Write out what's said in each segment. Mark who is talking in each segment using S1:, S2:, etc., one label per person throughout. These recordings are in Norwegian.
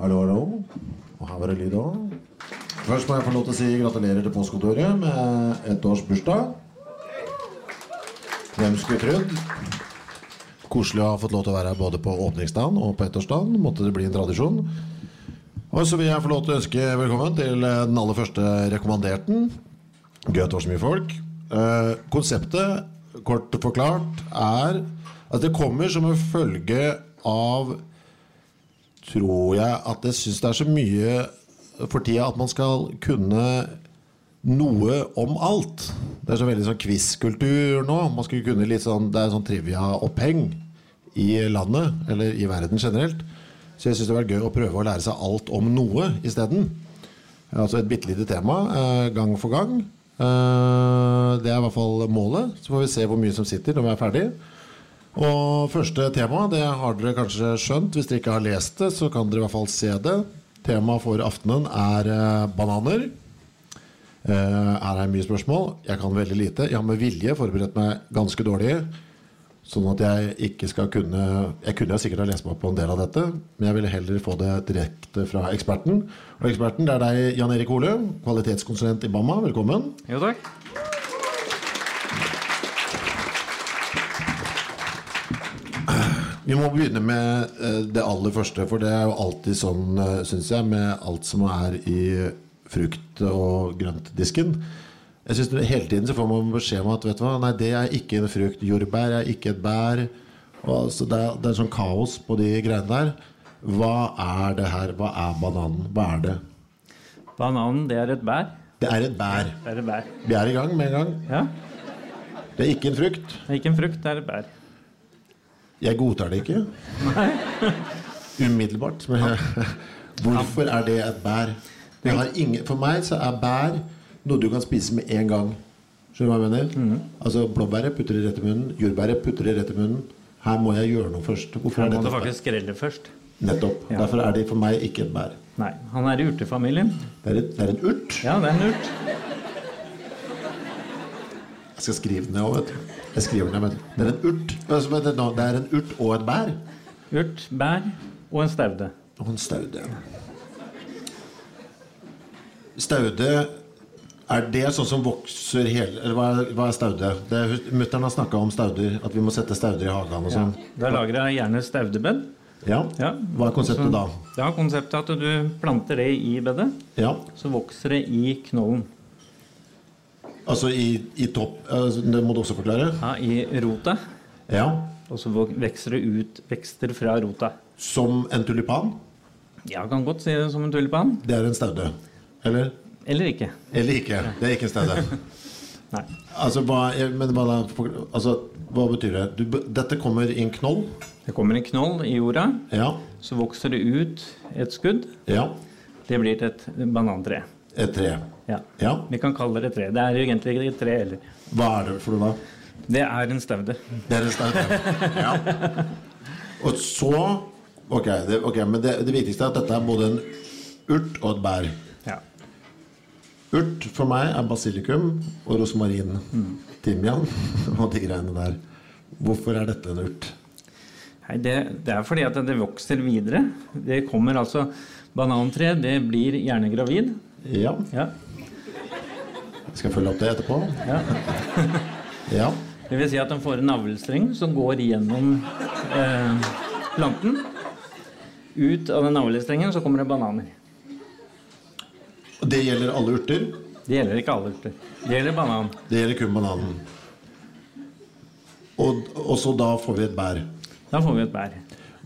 S1: Hallo, hallo. Og her var det lyd òg. Først må jeg få lov til å si gratulerer til postkontoret med ett års bursdag. Hvem skulle trodd? Koselig å ha fått lov til å være her både på åpningsdagen og på ettårsdagen. Måtte det bli en tradisjon. Og så vil jeg få lov til å ønske velkommen til eh, den aller første rekommanderten. Gøy at det var så mye folk. Eh, konseptet, kort forklart, er at det kommer som en følge av tror jeg at jeg syns det er så mye for tida at man skal kunne noe om alt. Det er så veldig sånn quiz-kultur nå. Man skulle kunne litt sånn, Det er sånn trivia-oppheng i landet, eller i verden generelt. Så jeg syns det har vært gøy å prøve å lære seg alt om noe isteden. Altså et bitte lite tema eh, gang for gang. Eh, Det er i hvert fall målet. Så får vi se hvor mye som sitter når vi er ferdig. Og første tema, det har dere kanskje skjønt. Hvis dere ikke har lest det, så kan dere i hvert fall se det. Temaet for aftenen er eh, bananer. Eh, Her er mye spørsmål. Jeg kan veldig lite. Jeg har med vilje forberedt meg ganske dårlig. Sånn at jeg ikke skal kunne Jeg kunne sikkert ha lest meg opp på en del av dette, men jeg ville heller få det direkte fra eksperten. Og eksperten, det er deg, Jan Erik Ole, kvalitetskonsulent i Bamma. Velkommen.
S2: Jo takk.
S1: Vi må begynne med eh, det aller første, for det er jo alltid sånn, syns jeg, med alt som er i frukt- og grøntdisken. Jeg synes det- Hele tiden så får man beskjed om at vet du hva, nei, det er ikke en frukt. Jordbær er ikke et bær. Og, så det, er, det er sånn kaos på de greiene der. Hva er det her? Hva er bananen? Hva er det?
S2: Bananen, det er et bær.
S1: Det er et bær.
S2: Det er et bær.
S1: Vi er i gang med en gang.
S2: Ja.
S1: Det er ikke en frukt.
S2: Det er ikke en frukt, det er et bær.
S1: Jeg godtar det ikke. Umiddelbart. Men jeg, hvorfor er det et bær? Det har ingen, for meg så er bær noe du kan spise med en gang. Skjønner du hva jeg
S2: Mhm.
S1: mener? Altså Blåbæret putter det rett i munnen. Jordbæret putter det rett i munnen. Her må jeg gjøre noe først. Hvorfor
S2: Her
S1: er
S2: må
S1: dette
S2: du
S1: et bær?
S2: faktisk skrelle først.
S1: Nettopp.
S2: Ja.
S1: Derfor er det for meg ikke et bær.
S2: Nei, han er i urtefamilien.
S1: Det er, et, det er en urt.
S2: Ja, det er en urt.
S1: Jeg skal skrive den ned òg, vet du. Jeg skriver den ned, men det er en urt. Altså, men Det det er en urt og et bær.
S2: Urt, bær og en staude.
S1: Og en staude. Staude Er det sånn som vokser hele Eller hva er, hva er staude? Mutter'n har snakka om stauder, at vi må sette stauder i hagen og sånn.
S2: Da lager jeg gjerne staudebed.
S1: Ja.
S2: Ja.
S1: Hva er konseptet da?
S2: Da er konseptet at du planter det i bedet,
S1: Ja.
S2: så vokser det i knollen.
S1: Altså i, i topp altså, Det må du også forklare.
S2: Ja, I rota.
S1: Ja.
S2: Og så vok- vokser det ut vekster fra rota.
S1: Som en tulipan.
S2: Ja, kan godt si det som en tulipan.
S1: Det er en staude. Eller?
S2: Eller ikke.
S1: Eller ikke. Det er ikke en staude.
S2: Nei.
S1: Altså, hva, men hva, da? altså, hva betyr det? Du, b- dette kommer i en knoll.
S2: Det kommer en knoll i jorda,
S1: Ja.
S2: så vokser det ut et skudd.
S1: Ja.
S2: Det blir til et banantre.
S1: Et tre.
S2: Ja.
S1: Ja.
S2: Vi kan kalle det et tre. Det er jo egentlig ikke et tre heller.
S1: Hva er det for noe da?
S2: Det er en staude.
S1: Det er en staude. Ja. Og så Ok, det, ok, men det, det viktigste er at dette er både en urt og et bær.
S2: Ja.
S1: Urt for meg er basilikum og rosmarin. Timian og de greiene der. Hvorfor er dette en urt?
S2: Nei, det, det er fordi at det vokser videre. Det kommer altså Banantre det blir gjerne gravid.
S1: Ja,
S2: Ja.
S1: jeg skal følge opp det etterpå.
S2: ja.
S1: Ja.
S2: Det vil si at den får en navlestreng som går gjennom eh, planten. Ut av den navlestrengen så kommer det bananer.
S1: Det gjelder alle urter.
S2: Det gjelder ikke alle urter. Det gjelder banan.
S1: Det gjelder kun bananen. Og, og så da får vi et bær.
S2: Da får vi et bær.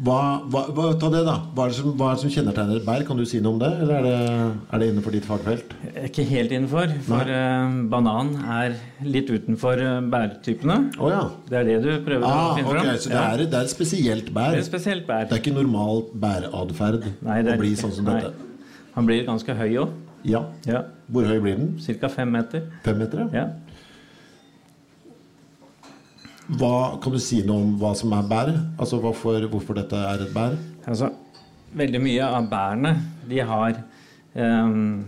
S1: Hva, hva, hva, ta det da. Hva er det, som, hva er det som kjennetegner et bær? Kan du si noe om det? Eller er det, er det innenfor ditt fagfelt?
S2: Ikke helt innenfor, for eh, banan er litt utenfor eh, bærtypene.
S1: Å ja.
S2: Det er det du prøver
S1: Ah,
S2: å finne
S1: ok,
S2: fram?
S1: Så det
S2: Ja.
S1: er, det er et spesielt bær?
S2: Det er et spesielt bær.
S1: Det er ikke normal bæreatferd
S2: Nei, det er
S1: å bli
S2: ikke-
S1: sånn som
S2: nei.
S1: dette?
S2: Han blir ganske høy òg.
S1: Ja.
S2: Ja.
S1: Hvor høy blir den?
S2: Ca. fem meter.
S1: Fem meter? ja?
S2: Ja.
S1: Hva, kan du si noe om hva som er bær? Altså hvorfor, hvorfor dette er et bær?
S2: Altså, veldig mye av bærene de har ehm,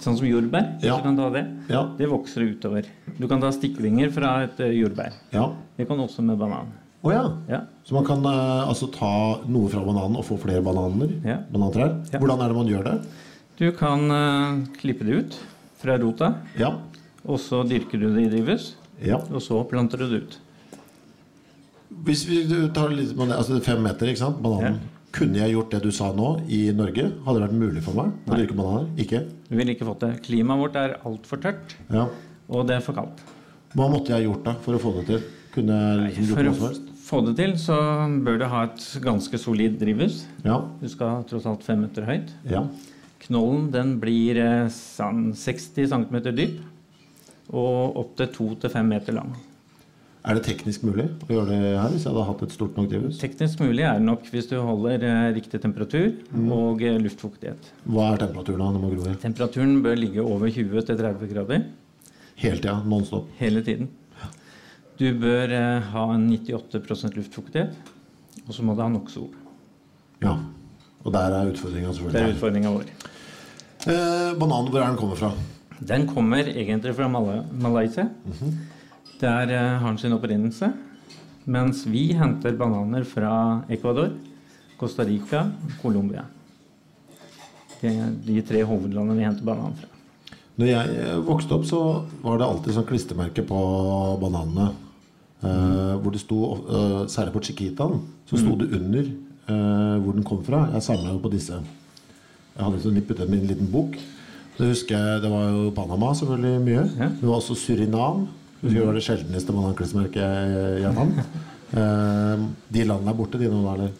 S2: Sånn som jordbær.
S1: Ja.
S2: Du kan ta det.
S1: Ja.
S2: Det vokser utover. Du kan ta stiklinger fra et eh, jordbær.
S1: Ja.
S2: Det kan også med banan.
S1: Å ja.
S2: Ja.
S1: Så man kan eh, altså ta noe fra bananen og få flere bananer?
S2: Ja.
S1: Banantrær?
S2: Ja.
S1: Hvordan er det man gjør det?
S2: Du kan eh, klippe det ut fra rota,
S1: Ja.
S2: og så dyrker du det i drivhus.
S1: ja.
S2: Og så planter du det ut.
S1: Hvis vi tar litt banan, altså det er fem meter, ikke sant? Bananen.
S2: Ja.
S1: Kunne jeg gjort det du sa nå, i Norge? Hadde det vært mulig for meg å dyrke bananer? Ikke?
S2: Du ville ikke fått det. Klimaet vårt er altfor tørt,
S1: Ja.
S2: og det er for kaldt.
S1: Hva måtte jeg gjort da for å få det til? Kunne jeg liksom gjort
S2: For
S1: noe
S2: å
S1: som helst?
S2: få det til, så bør du ha et ganske solid drivhus.
S1: Ja.
S2: Du skal tross alt fem meter høyt.
S1: ja.
S2: Knollen den blir eh, sånn 60 cm dyp og opptil 2-5 meter lang.
S1: Er det teknisk mulig å gjøre det her hvis jeg hadde hatt et stort nok drivhus?
S2: Teknisk mulig er det nok hvis du holder eh, riktig temperatur
S1: Mm.
S2: og eh, luftfuktighet.
S1: Hva er temperaturen da når man gror i?
S2: Temperaturen bør ligge over 20-30 grader
S1: Hele tida, nonstop.
S2: hele tiden. Du bør eh, ha en 98 luftfuktighet, og så må du ha nok sol.
S1: Ja. Og der er utfordringa,
S2: Det er
S1: selvfølgelig.
S2: utfordringa vår.
S1: Eh, banan, hvor er den kommer fra?
S2: Den kommer egentlig fra Mala- Malaysia. Der eh, har den sin opprinnelse. Mens vi henter bananer fra Ecuador, Costa Rica og Colombia. Det er de tre hovedlandene vi henter banan fra.
S1: Når jeg eh, vokste opp, så var det alltid sånn klistremerke på bananene. Eh, hvor det sto, eh, særlig på Chiquitaen, så sto det under eh, hvor den kom fra. Jeg samla jo på disse. Jeg hadde så nippet dem i en liten bok. Så husker jeg, Det var jo Panama selvfølgelig mye.
S2: Ja.
S1: Det var også Surinam. Husker Det var det sjeldneste bananklistremerket jeg, jeg fant. Eh, de landene er borte, de nå, da? eller?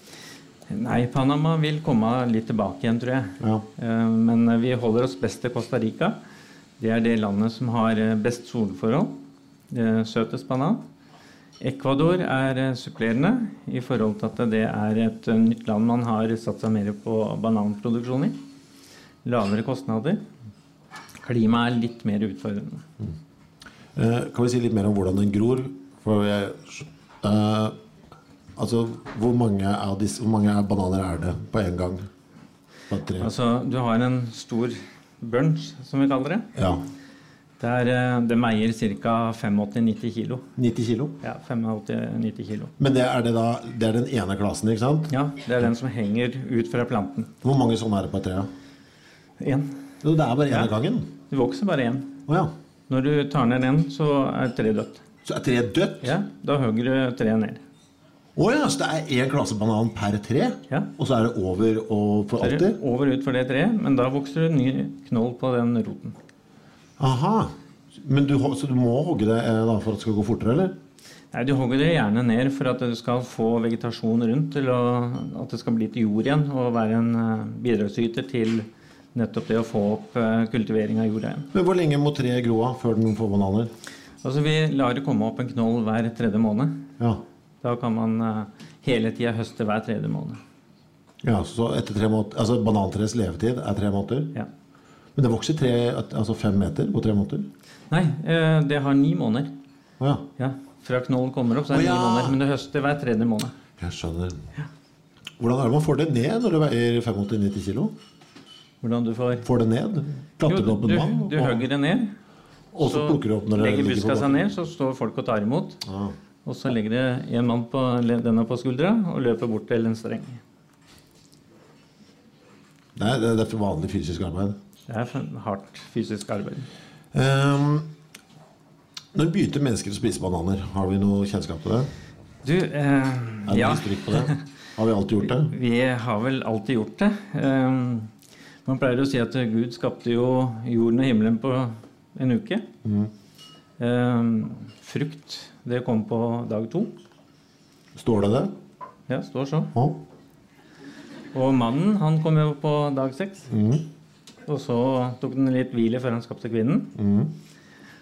S2: Nei, Panama vil komme litt tilbake igjen, tror jeg.
S1: Ja.
S2: Eh, Men vi holder oss best til Costa Rica. Det er det landet som har eh, best solforhold. eh, Søtest banan. Ecuador er eh, supplerende i forhold til at det er et eh, nytt land man har satsa mer på bananproduksjon i. Lavere kostnader. Klimaet er litt mer utfordrende.
S1: Eh, Kan vi si litt mer om hvordan den gror? For jeg, eh, altså, hvor mange, av disse, hvor mange bananer er det på én gang? Bare tre?
S2: Altså, du har en stor bunch, som vi kaller det.
S1: Ja.
S2: Der eh, de eier ca. 85-90 kilo.
S1: 90 kilo.
S2: Ja, 85-90 kilo.
S1: Men det er, det, da, det er den ene klasen, ikke sant?
S2: Ja, det er den som henger ut fra planten.
S1: Hvor mange sånne er det på et tre? da?
S2: Én.
S1: Jo, det er bare én av gangen.
S2: Det vokser bare én.
S1: Å ja.
S2: Når du tar ned én, så er tre dødt.
S1: Så er treet dødt?
S2: Ja, da hogger du tre ned.
S1: Å ja, så det er én klase banan per tre?
S2: Ja.
S1: Og så er det over og for
S2: Så er det
S1: alltid?
S2: Over ut for det treet, men da vokser det en ny knoll på den roten.
S1: Aha. Men du, ho- så du må hogge det eh, da, for at det skal gå fortere, eller?
S2: Nei, Du hogger det gjerne ned for at du skal få vegetasjon rundt, til å, at det skal bli til jord igjen og være en eh, bidragsyter til nettopp det å få opp eh, kultivering av jorda igjen.
S1: Men hvor lenge må treet gro av før den får bananer?
S2: Altså Vi lar det komme opp en knoll hver tredje måned.
S1: Ja.
S2: Da kan man eh, hele tida høste hver tredje måned.
S1: Ja, så etter tre måneder, altså Banantreets levetid er tre måneder.
S2: Ja.
S1: Men det vokser tre, altså fem meter på tre måneder.
S2: Nei, eh, det har ni måneder.
S1: Å ja.
S2: Ja, Fra knollen kommer opp, så er
S1: Å,
S2: det ni
S1: ja.
S2: måneder. Men det høster hver tredje måned.
S1: Jeg skjønner. Hvordan er det man får det ned når det veier 85-90 kilo?
S2: Hvordan du får
S1: Får det ned?
S2: Jo,
S1: Planter det opp
S2: du,
S1: en mann?
S2: du hogger det ned,
S1: og, og så plukker du opp når det
S2: legger
S1: ligger på
S2: buska seg
S1: bakken.
S2: ned, så står folk og tar imot.
S1: Ah.
S2: Og så legger det en mann på le- denne på skuldra og løper bort til en streng.
S1: Nei, det, det er for vanlig fysisk arbeid.
S2: Det er for hardt fysisk arbeid.
S1: Ehm, når begynte mennesker å spise bananer? Har vi noe kjennskap til det?
S2: Du, eh,
S1: Er det
S2: ja.
S1: distrikt på det? Har vi alltid gjort det?
S2: Vi har vel alltid gjort det. Ehm, Man pleier å si at Gud skapte jo jorden og himmelen på en uke. Ehm, Frukt, det kom på dag to.
S1: Står det det?
S2: Ja, står så.
S1: Ja.
S2: Og mannen, han kom jo på dag seks. Og så tok den litt hvile før han skapte kvinnen.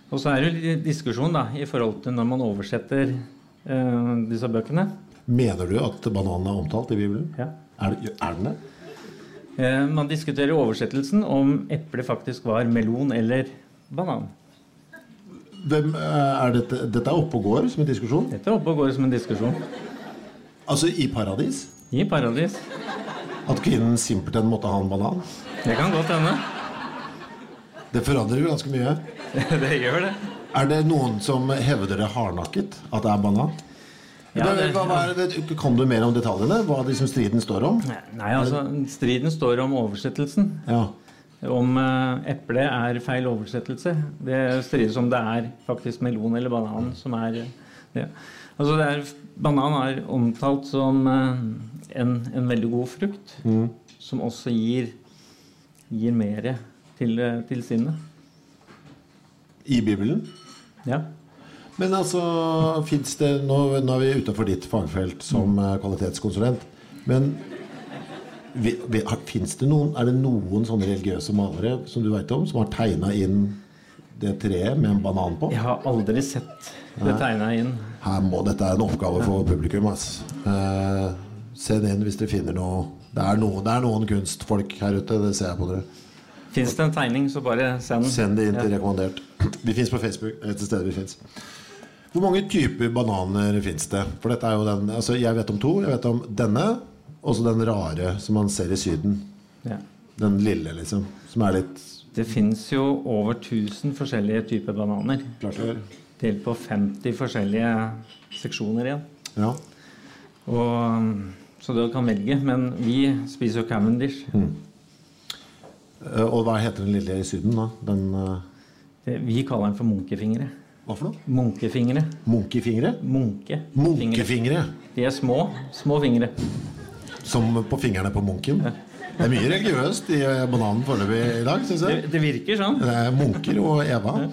S2: Og så er det jo litt diskusjon da, i forhold til når man oversetter eh, disse bøkene.
S1: Mener du at bananen er omtalt i Bibelen?
S2: Ja.
S1: Er, det- er den det?
S2: Eh, Man diskuterer i oversettelsen om eple faktisk var melon eller banan.
S1: Hvem, eh, er dette, dette er oppe og går som en diskusjon?
S2: Dette er oppe og går som en diskusjon.
S1: Altså i paradis?
S2: I paradis.
S1: At kvinnen simpelthen måtte ha en banan?
S2: Det kan godt hende.
S1: Det forandrer jo ganske mye.
S2: Det gjør det.
S1: Er det noen som hevder det hardnakket at det er banan?
S2: Ja, det-
S1: hva, hva er det, kan du mer om detaljene? Hva liksom striden står om?
S2: Nei, altså, Striden står om oversettelsen.
S1: Ja.
S2: Om eh, eple er feil oversettelse. Det strides om det er faktisk melon eller banan som er eh, det. Altså det er, Banan er omtalt som eh, en, en veldig god frukt, som også gir, gir mer til, eh, til sinnet.
S1: I Bibelen?
S2: Ja.
S1: Men altså, fins det nå, nå er vi utenfor ditt fagfelt som eh, kvalitetskonsulent. Men fins det noen Er det noen sånne religiøse malere som du veit om, som har tegna inn det treet med en banan på?
S2: Jeg har aldri sett det tegna inn.
S1: Her må, dette er en oppgave for publikum. Ass. Eh, send inn hvis dere finner noe. Det er, noe, det er noen kunstfolk her ute. Det ser jeg på dere.
S2: Fins det en tegning, så bare send.
S1: Send det inn til
S2: Ja.
S1: rekommandert. Vi fins på Facebook. Det er til stede vi finnes. Hvor mange typer bananer fins det? For dette er jo den, altså Jeg vet om to. Jeg vet om denne, og så den rare som man ser i Syden.
S2: Ja.
S1: Den lille, liksom. Som er litt
S2: Det fins jo over 1000 forskjellige typer bananer.
S1: klartør.
S2: Delt på 50 forskjellige seksjoner igjen.
S1: Ja.
S2: Og, um, så du kan velge. Men vi spiser jo Cavendish.
S1: Eh, Og hva heter den lille i Syden, da? Den eh,
S2: Det, vi kaller den for munkefingre.
S1: Hva for noe?
S2: Munkefingre.
S1: Munkefingre?
S2: Munke. Fingre.
S1: Munkefingre.
S2: De er små. Små fingre.
S1: Som på fingrene på munken. Det er mye religiøst i eh, bananen foreløpig i dag, syns jeg.
S2: Det, det virker sånn.
S1: Det er munker og Eva.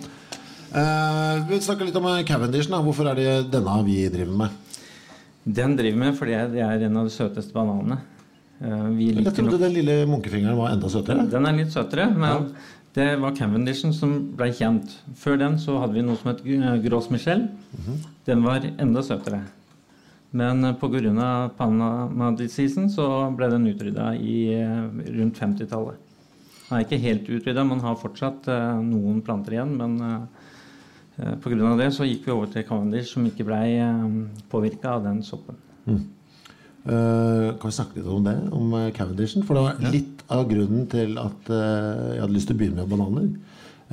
S1: Eh, vi snakker litt om eh, Cavendishen. da. Hvorfor er det denne vi driver med?
S2: Den driver vi med fordi det er en av de søteste bananene. Eh, Vi
S1: Jeg
S2: liker
S1: trodde den lille munkefingeren var enda søtere.
S2: Den er litt søtere, men det var Cavendishen som ble kjent. Før den så hadde vi noe som het Gr- Gros Michel.
S1: Mhm.
S2: Den var enda søtere. Men eh, pga. Panama-diseasen så ble den utrydda i eh, rundt 50-tallet. Den er ikke helt utrydda, man har fortsatt eh, noen planter igjen. Men eh, pga. det så gikk vi over til Cavendish, som ikke blei påvirka av den soppen.
S1: Eh, kan vi snakke litt om det? Om eh, Cavendishen? For det var litt av grunnen til at eh, jeg hadde lyst til å begynne med bananer.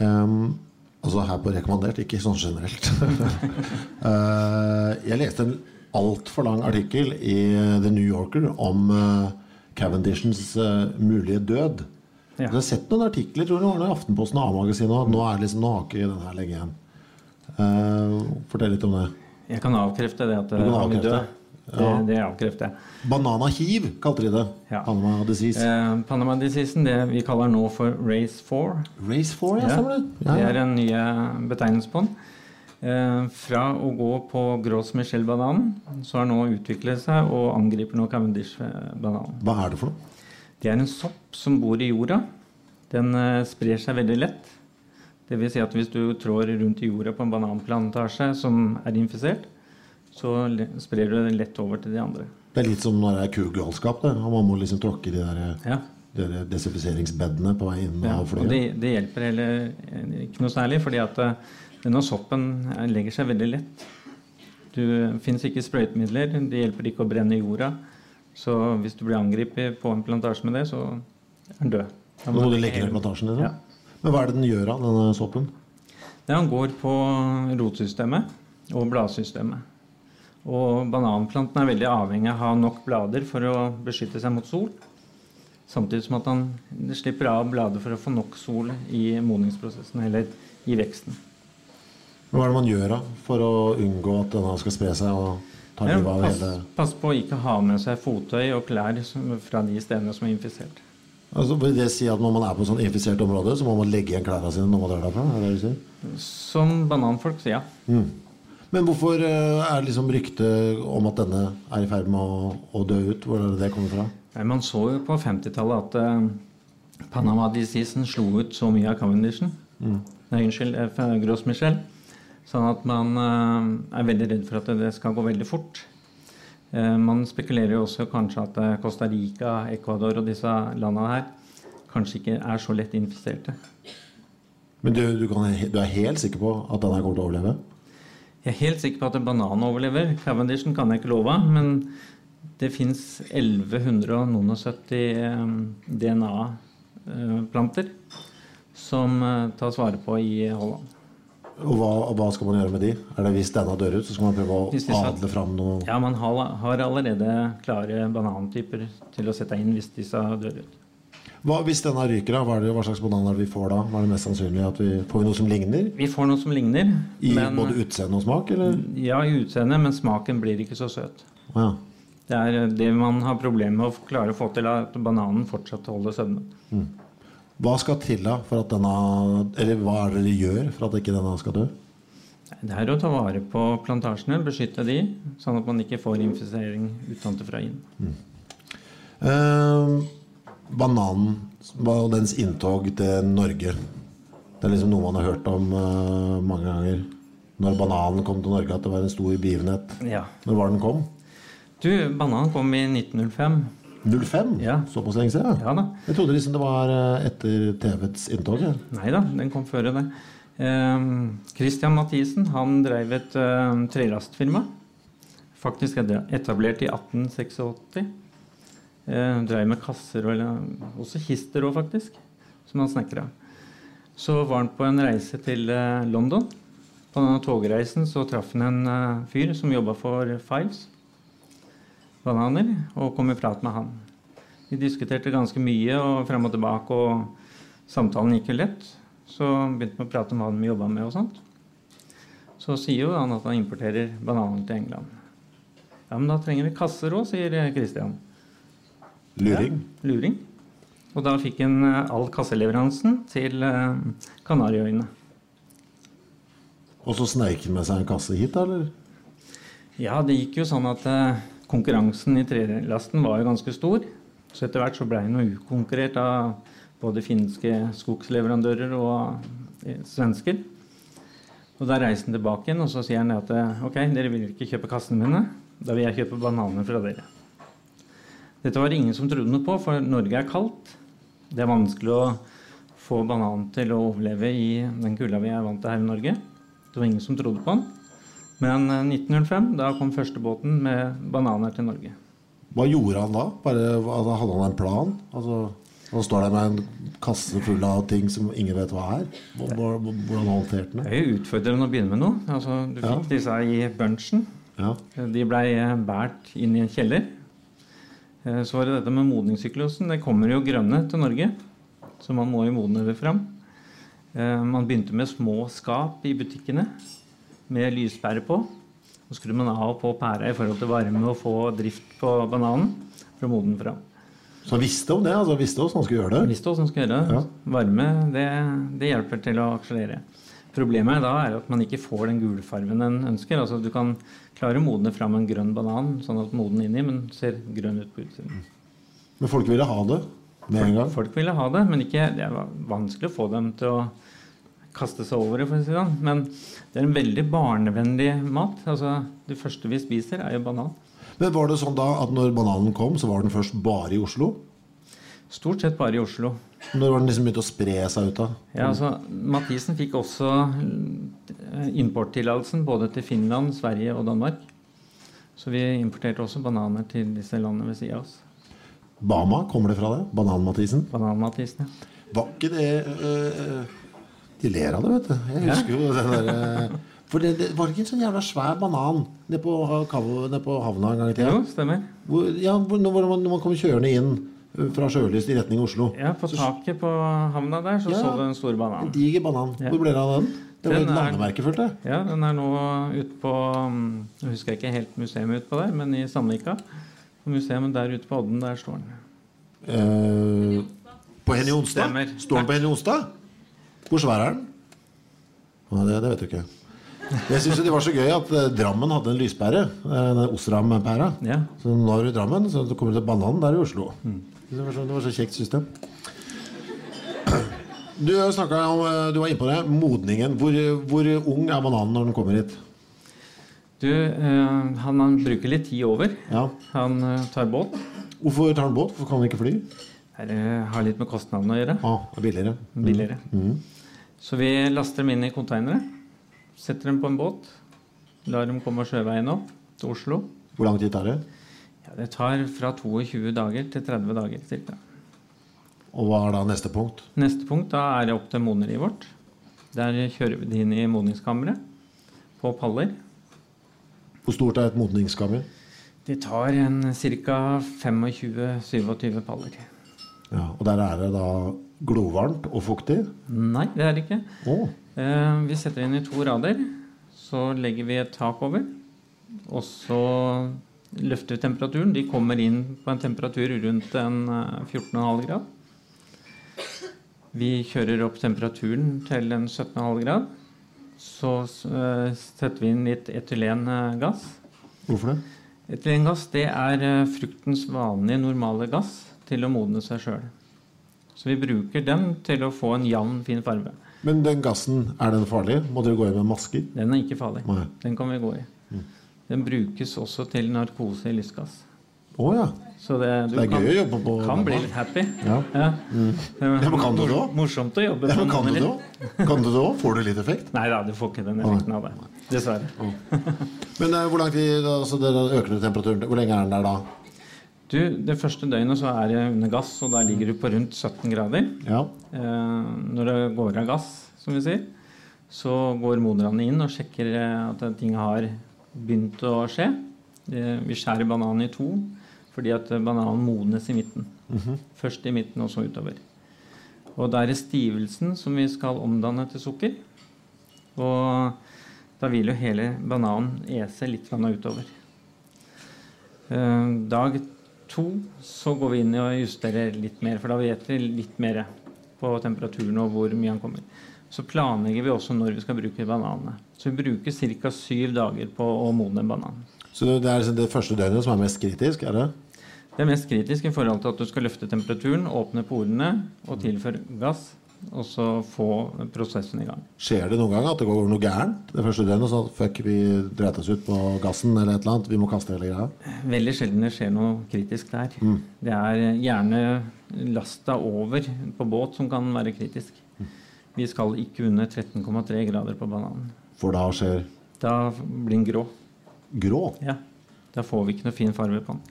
S1: Ehm, altså her på rekommandert, ikke sånn generelt. Eh, jeg leste en altfor lang artikkel i eh, The New Yorker om eh, Cavendishens eh, mulige død.
S2: Ja.
S1: Jeg har sett noen artikler tror jeg, det var noe i Aftenposten og A-magasinet og at nå, er det liksom, nå har ikke den her lenge igjen. Eh, fortell litt om det.
S2: Jeg kan avkrefte det at det
S1: kan
S2: var død.
S1: avkrefte. Ja.
S2: Det, det avkrefter jeg.
S1: Banana hiv kalte de det.
S2: Ja.
S1: Panama disease.
S2: Eh, Panama-diseasen, det vi kaller nå for Race 4.
S1: Race 4, ja,
S2: Ja,
S1: stemmer det. Ja,
S2: Det
S1: ja.
S2: er den nye betegnelsen på den. Eh, fra å gå på Gros Michel-bananen, så har nå utviklet seg og angriper nå Cavendish-bananen.
S1: Hva er det for noe?
S2: Det er en sopp som bor i jorda. Den eh, sprer seg veldig lett. Det vil si at hvis du trår rundt i jorda på en bananplantasje som er infisert, så le- sprer du det lett over til de andre.
S1: Det er litt som når det er kugalskap. det. Man må liksom tråkke i de der,
S2: Ja.
S1: de der desinfiseringsbedene på vei inn
S2: Ja,
S1: og
S2: og det,
S1: flyet.
S2: det hjelper heller eh, ikke noe særlig, fordi at eh, denne soppen eh, legger seg veldig lett. Du fins ikke sprøytemidler, det hjelper ikke å brenne jorda. Så hvis du blir angrepet på en plantasje med det, så er den død. Da
S1: Nå må du legge ned plantasjen din. da.
S2: Ja.
S1: Men hva er det den gjør av denne soppen?
S2: Ja, Den går på rotsystemet og bladsystemet. Og bananplanten er veldig avhengig av å ha nok blader for å beskytte seg mot sol. Samtidig som at han slipper av blader for å få nok sol i modningsprosessen eller i veksten.
S1: Hva er det man gjør da for å unngå at denne skal spre seg? Og Tar
S2: Ja,
S1: livet av
S2: pass,
S1: hele
S2: pass på å ikke ha med seg fottøy og klær som, fra de stedene som er infisert.
S1: Altså, vil det si at når man er på et sånn infisert område, så må man legge igjen klærne sine når man drar derfra? Er det det du sier?
S2: Som bananfolk, så ja.
S1: Men hvorfor eh, er det liksom ryktet om at denne er i ferd med å, å dø ut? Hvor er det det kommer fra?
S2: Nei, Eh, Man så jo på 50-tallet at eh, Panama-disisen slo ut så mye av Cavendishen. Nei, unnskyld, eh, fra Gross-Michel. Sånn at man eh, er veldig redd for at det skal gå veldig fort. Eh, man spekulerer jo også kanskje at eh, Costa Rica, Ecuador og disse landene her kanskje ikke er så lett infiserte.
S1: Men du, du, kan, du er helt sikker på at denne kommer til å overleve?
S2: Jeg er helt sikker på at banan overlever. Cavendishen kan jeg ikke love, men det fins 1170 DNA-planter eh, som eh, tas vare på i Holland.
S1: Og hva, hva skal man gjøre med de? Er det Hvis denne dør ut, så skal man prøve
S2: Hvis de
S1: å
S2: skal-
S1: adle fram noe
S2: Ja, man har har allerede klare banantyper til å sette inn hvis disse dør ut.
S1: hva, Hvis denne ryker, da, hva, er det, hva slags banan er det vi får da? Hva er det mest sannsynlig at vi får vi noe som ligner?
S2: Vi får noe som ligner,
S1: I
S2: men
S1: både utseende og smak, eller?
S2: ja, i utseendet, men smaken blir ikke så søt.
S1: Ja.
S2: Det er eh, det man har problemer med å klare å få til, er at bananen fortsatt holder sødmen.
S1: Hva skal til da for at denne Eller hva er det dere gjør for at ikke denne skal dø?
S2: Det er å ta vare på plantasjene, beskytte de, sånn at man ikke får infisering utenfra inn.
S1: Eh, bananen og dens inntog til Norge. Det er liksom noe man har hørt om eh, mange ganger. Når bananen kom til Norge, at det var en stor begivenhet.
S2: Ja.
S1: Når var den kom?
S2: Du, banan kom i 1905.
S1: 05?
S2: Ja.
S1: Såpass lenge siden?
S2: Ja da.
S1: Jeg trodde liksom det var eh, etter TVs inntog. Ja.
S2: Nei da, den kom før det. Ehm, Christian Mathisen han drev et ehm, trelastfirma. Faktisk er det etablert i 1886. Ehm, drev med kasser og også kister òg, faktisk, som han snekra. Så var han på en reise til eh, London. På denne togreisen så traff han en eh, fyr som jobba for Fives Bananer, og kom i prat med han. Vi diskuterte ganske mye og frem og tilbake, og samtalen gikk jo lett. Så begynte vi å prate om hva de jobba med og sånt. Så sier jo han at han importerer bananer til England. Ja, men da trenger vi kasser òg, sier Christian.
S1: Luring.
S2: Luring. Og da fikk han eh, all kasseleveransen til eh, Kanariøyene.
S1: Og så sneik den med seg en kasse hit, da, eller?
S2: Ja, det gikk jo sånn at eh, konkurransen i trelasten var jo ganske stor. Så etter hvert så ble den jo utkonkurrert av både finske skogsleverandører og eh, svensker. Og da reiser han tilbake igjen, og så sier han at eh, ok, dere vil ikke kjøpe kassene mine, da vil jeg kjøpe bananer fra dere. Dette var det ingen som trodde noe på, for Norge er kaldt. Det er vanskelig å få bananen til å overleve i den kulda vi er vant til her i Norge. Det var ingen som trodde på den. Men eh, 1905, da kom første båten med bananer til Norge.
S1: Hva gjorde han da? Bare, altså, hadde han en plan? Altså, han står der med en kasse full av ting som ingen vet hva er. Hvor- hvor- Hvordan håndterte han det?
S2: Det er jo utfordrende å begynne med noe. Altså, du
S1: Ja.
S2: fikk disse her i bunchen.
S1: Ja.
S2: De blei eh, båret inn i en kjeller. Eh, Så var det dette med modningssyklusen. Det kommer jo grønne til Norge, så man må jo modne det fram. Eh, Man begynte med små skap i butikkene med lyspære på. Så skrudde man av og på pæra i forhold til varme og få drift på bananen for å modne den fram.
S1: Så han visste om det? altså han visste hvordan han skulle gjøre det?
S2: Visste hvordan man skal gjøre det. Varme det, det hjelper til å akselerere. Problemet da er at man ikke får den gulfargen en ønsker. Altså Du kan klare å modne fram en grønn banan, sånn at moden er inni, men ser grønn ut på utsiden.
S1: Men folk ville ha det med en gang.
S2: Folk ville ha det, men ikke, det er vanskelig å få dem til å kaste seg over det. for å si det sånn. Men det er en veldig barnevennlig mat. Altså, Det første vi spiser, er jo banan.
S1: Men var det sånn da at når bananen kom, så var den først bare i Oslo?
S2: Stort sett bare i Oslo.
S1: Når var den liksom begynt å spre seg ut av?
S2: Ja, altså, Mathisen fikk også eh, importtillatelsen både til Finland, Sverige og Danmark. Så vi importerte også bananer til disse landene ved siden av oss.
S1: Bama, kommer det fra det? Banan-Mathisen?
S2: Banan-Mathisen, ja.
S1: Var ikke det eh, De ler av det, vet du. Jeg husker jo den derre For det, det var ikke en sånn jævla svær banan nede på, ha- kav- nede på havna en gang i tida?
S2: Jo, stemmer.
S1: Hvor, ja, hvor, når, man, når man kom kjørende inn eh, fra Sjølyst i retning Oslo.
S2: Ja, På taket på havna der så,
S1: Ja.
S2: så du en stor banan.
S1: En diger banan. Hvor ble det av den? Det var
S2: Den
S1: et
S2: er-
S1: landemerke, følte jeg.
S2: Ja, den er nå ute på mm, Jeg husker ikke helt museet ute på der, men i Sandvika. På museet der ute på Odden, der står den.
S1: Eh, på Henny Onsdag?
S2: Stemmer.
S1: Står den på Henny Onsdag? Hvor svær er den? Nei, det, det vet du ikke. Jeg syns det var så gøy at eh, Drammen hadde en lyspære. eh, Den Osram-pæra.
S2: Ja. Mm.
S1: Så nå er du i Drammen, så du kommer til Bananen der i Oslo. Det, var så, det var så kjekt system. Du snakket om, eh, du var inne på det, modningen. Hvor, hvor ung er bananen når den kommer hit?
S2: Du, eh, han, han bruker litt tid over.
S1: Ja.
S2: Han eh, tar båt.
S1: Hvorfor tar den båt? Hvorfor kan den ikke fly?
S2: Det har litt med kostnadene å gjøre.
S1: Ah, det er billigere.
S2: Billigere. Så vi laster dem inn i konteinere. Setter dem på en båt. Lar dem komme sjøveien opp til Oslo.
S1: Hvor lang tid tar det?
S2: Ja, det tar fra 22 dager til 30 dager cirka.
S1: Og hva er da neste punkt?
S2: Neste punkt da er det opp til modneriet vårt. Der kjører vi det inn i modningskammeret på paller.
S1: Hvor stort er et modningskammer?
S2: Det tar en ca. 25-27 paller.
S1: Ja, og der er det da glovarmt og fuktig.
S2: Nei, det er det ikke.
S1: Å,
S2: Eh, vi setter inn i to rader. Så legger vi et tak over. Og så løfter vi temperaturen. De kommer inn på en temperatur rundt en eh, 14,5 grad. Vi kjører opp temperaturen til en 17,5 grad. Så eh, setter vi inn litt eh, etylengass.
S1: hvorfor det?
S2: Etylengass det er eh, fruktens vanlige normale gass til å modne seg sjøl. Så vi bruker den til å få en jevn, fin farge.
S1: Men den gassen, er den farlig? Må dere gå inn med masker?
S2: Den er ikke farlig.
S1: Nei. Mm.
S2: Den kan vi gå i. Den brukes også til narkose i lystgass.
S1: Å ja.
S2: Så det, du
S1: Det er
S2: kan,
S1: gøy å jobbe på
S2: kan bli
S1: banan.
S2: litt happy.
S1: Ja. Mm.
S2: Det
S1: Ja, men kan du det også?
S2: Morsomt å jobbe
S1: ja men
S2: på
S1: kan du det
S2: nummer.
S1: òg? Kan du det òg? Får du litt effekt?
S2: Nei da, du får ikke den effekten av det. Dessverre.
S1: Men eh, hvor lang tid altså, dere øker det temperaturen? Hvor lenge er den der da?
S2: Du, det første døgnet så er det under gass, og der ligger du på rundt 17 grader.
S1: Ja.
S2: Eh, når det går av gass, som vi sier, så går moderne inn og sjekker eh, at ting har begynt å skje. Eh, vi skjærer bananen i to fordi at eh, bananen modnes i midten. Først i midten og så utover. Og da er det stivelsen som vi skal omdanne til sukker. Og da vil jo hele bananen ese litt grann utover. Eh, Dag to så går vi inn og justerer litt mer, for da vet vi litt mer på temperaturen og hvor mye han kommer. Så planlegger vi også når vi skal bruke bananene. Så vi bruker ca. syv dager på å modne en banan.
S1: Så det er liksom det første døgnet som er mest kritisk? er det?
S2: Det er mest kritisk i forhold til at du skal løfte temperaturen, åpne porene og tilføre gass, og så få prosessen i gang.
S1: Skjer det noen gang at det går noe gærent det første døgnet? Sånn at fuck, vi dreit oss ut på gassen eller et eller annet. Vi må kaste hele greia.
S2: Veldig sjelden det skjer noe kritisk der. Det er eh, gjerne lasta over på båt som kan være kritisk. Vi skal ikke under 13,3 grader på bananen.
S1: For da skjer
S2: Da blir den grå.
S1: grå.
S2: Ja. Da får vi ikke noe fin farge på den.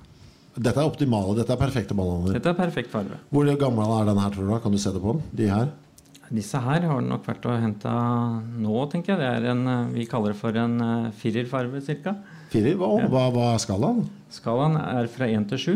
S1: Dette er optimale, dette er perfekte bananer.
S2: Dette er perfekt farge.
S1: Hvor gammel er den her, tror du? da? Kan du se det på den? De her?
S2: Disse her har nok vært å hente nå, tenker jeg. Det er en, eh, vi kaller det for en eh, firerfarge ca.
S1: Firer? Hva, hva, hva er skalaen?
S2: Skalaen er fra 1 til 7.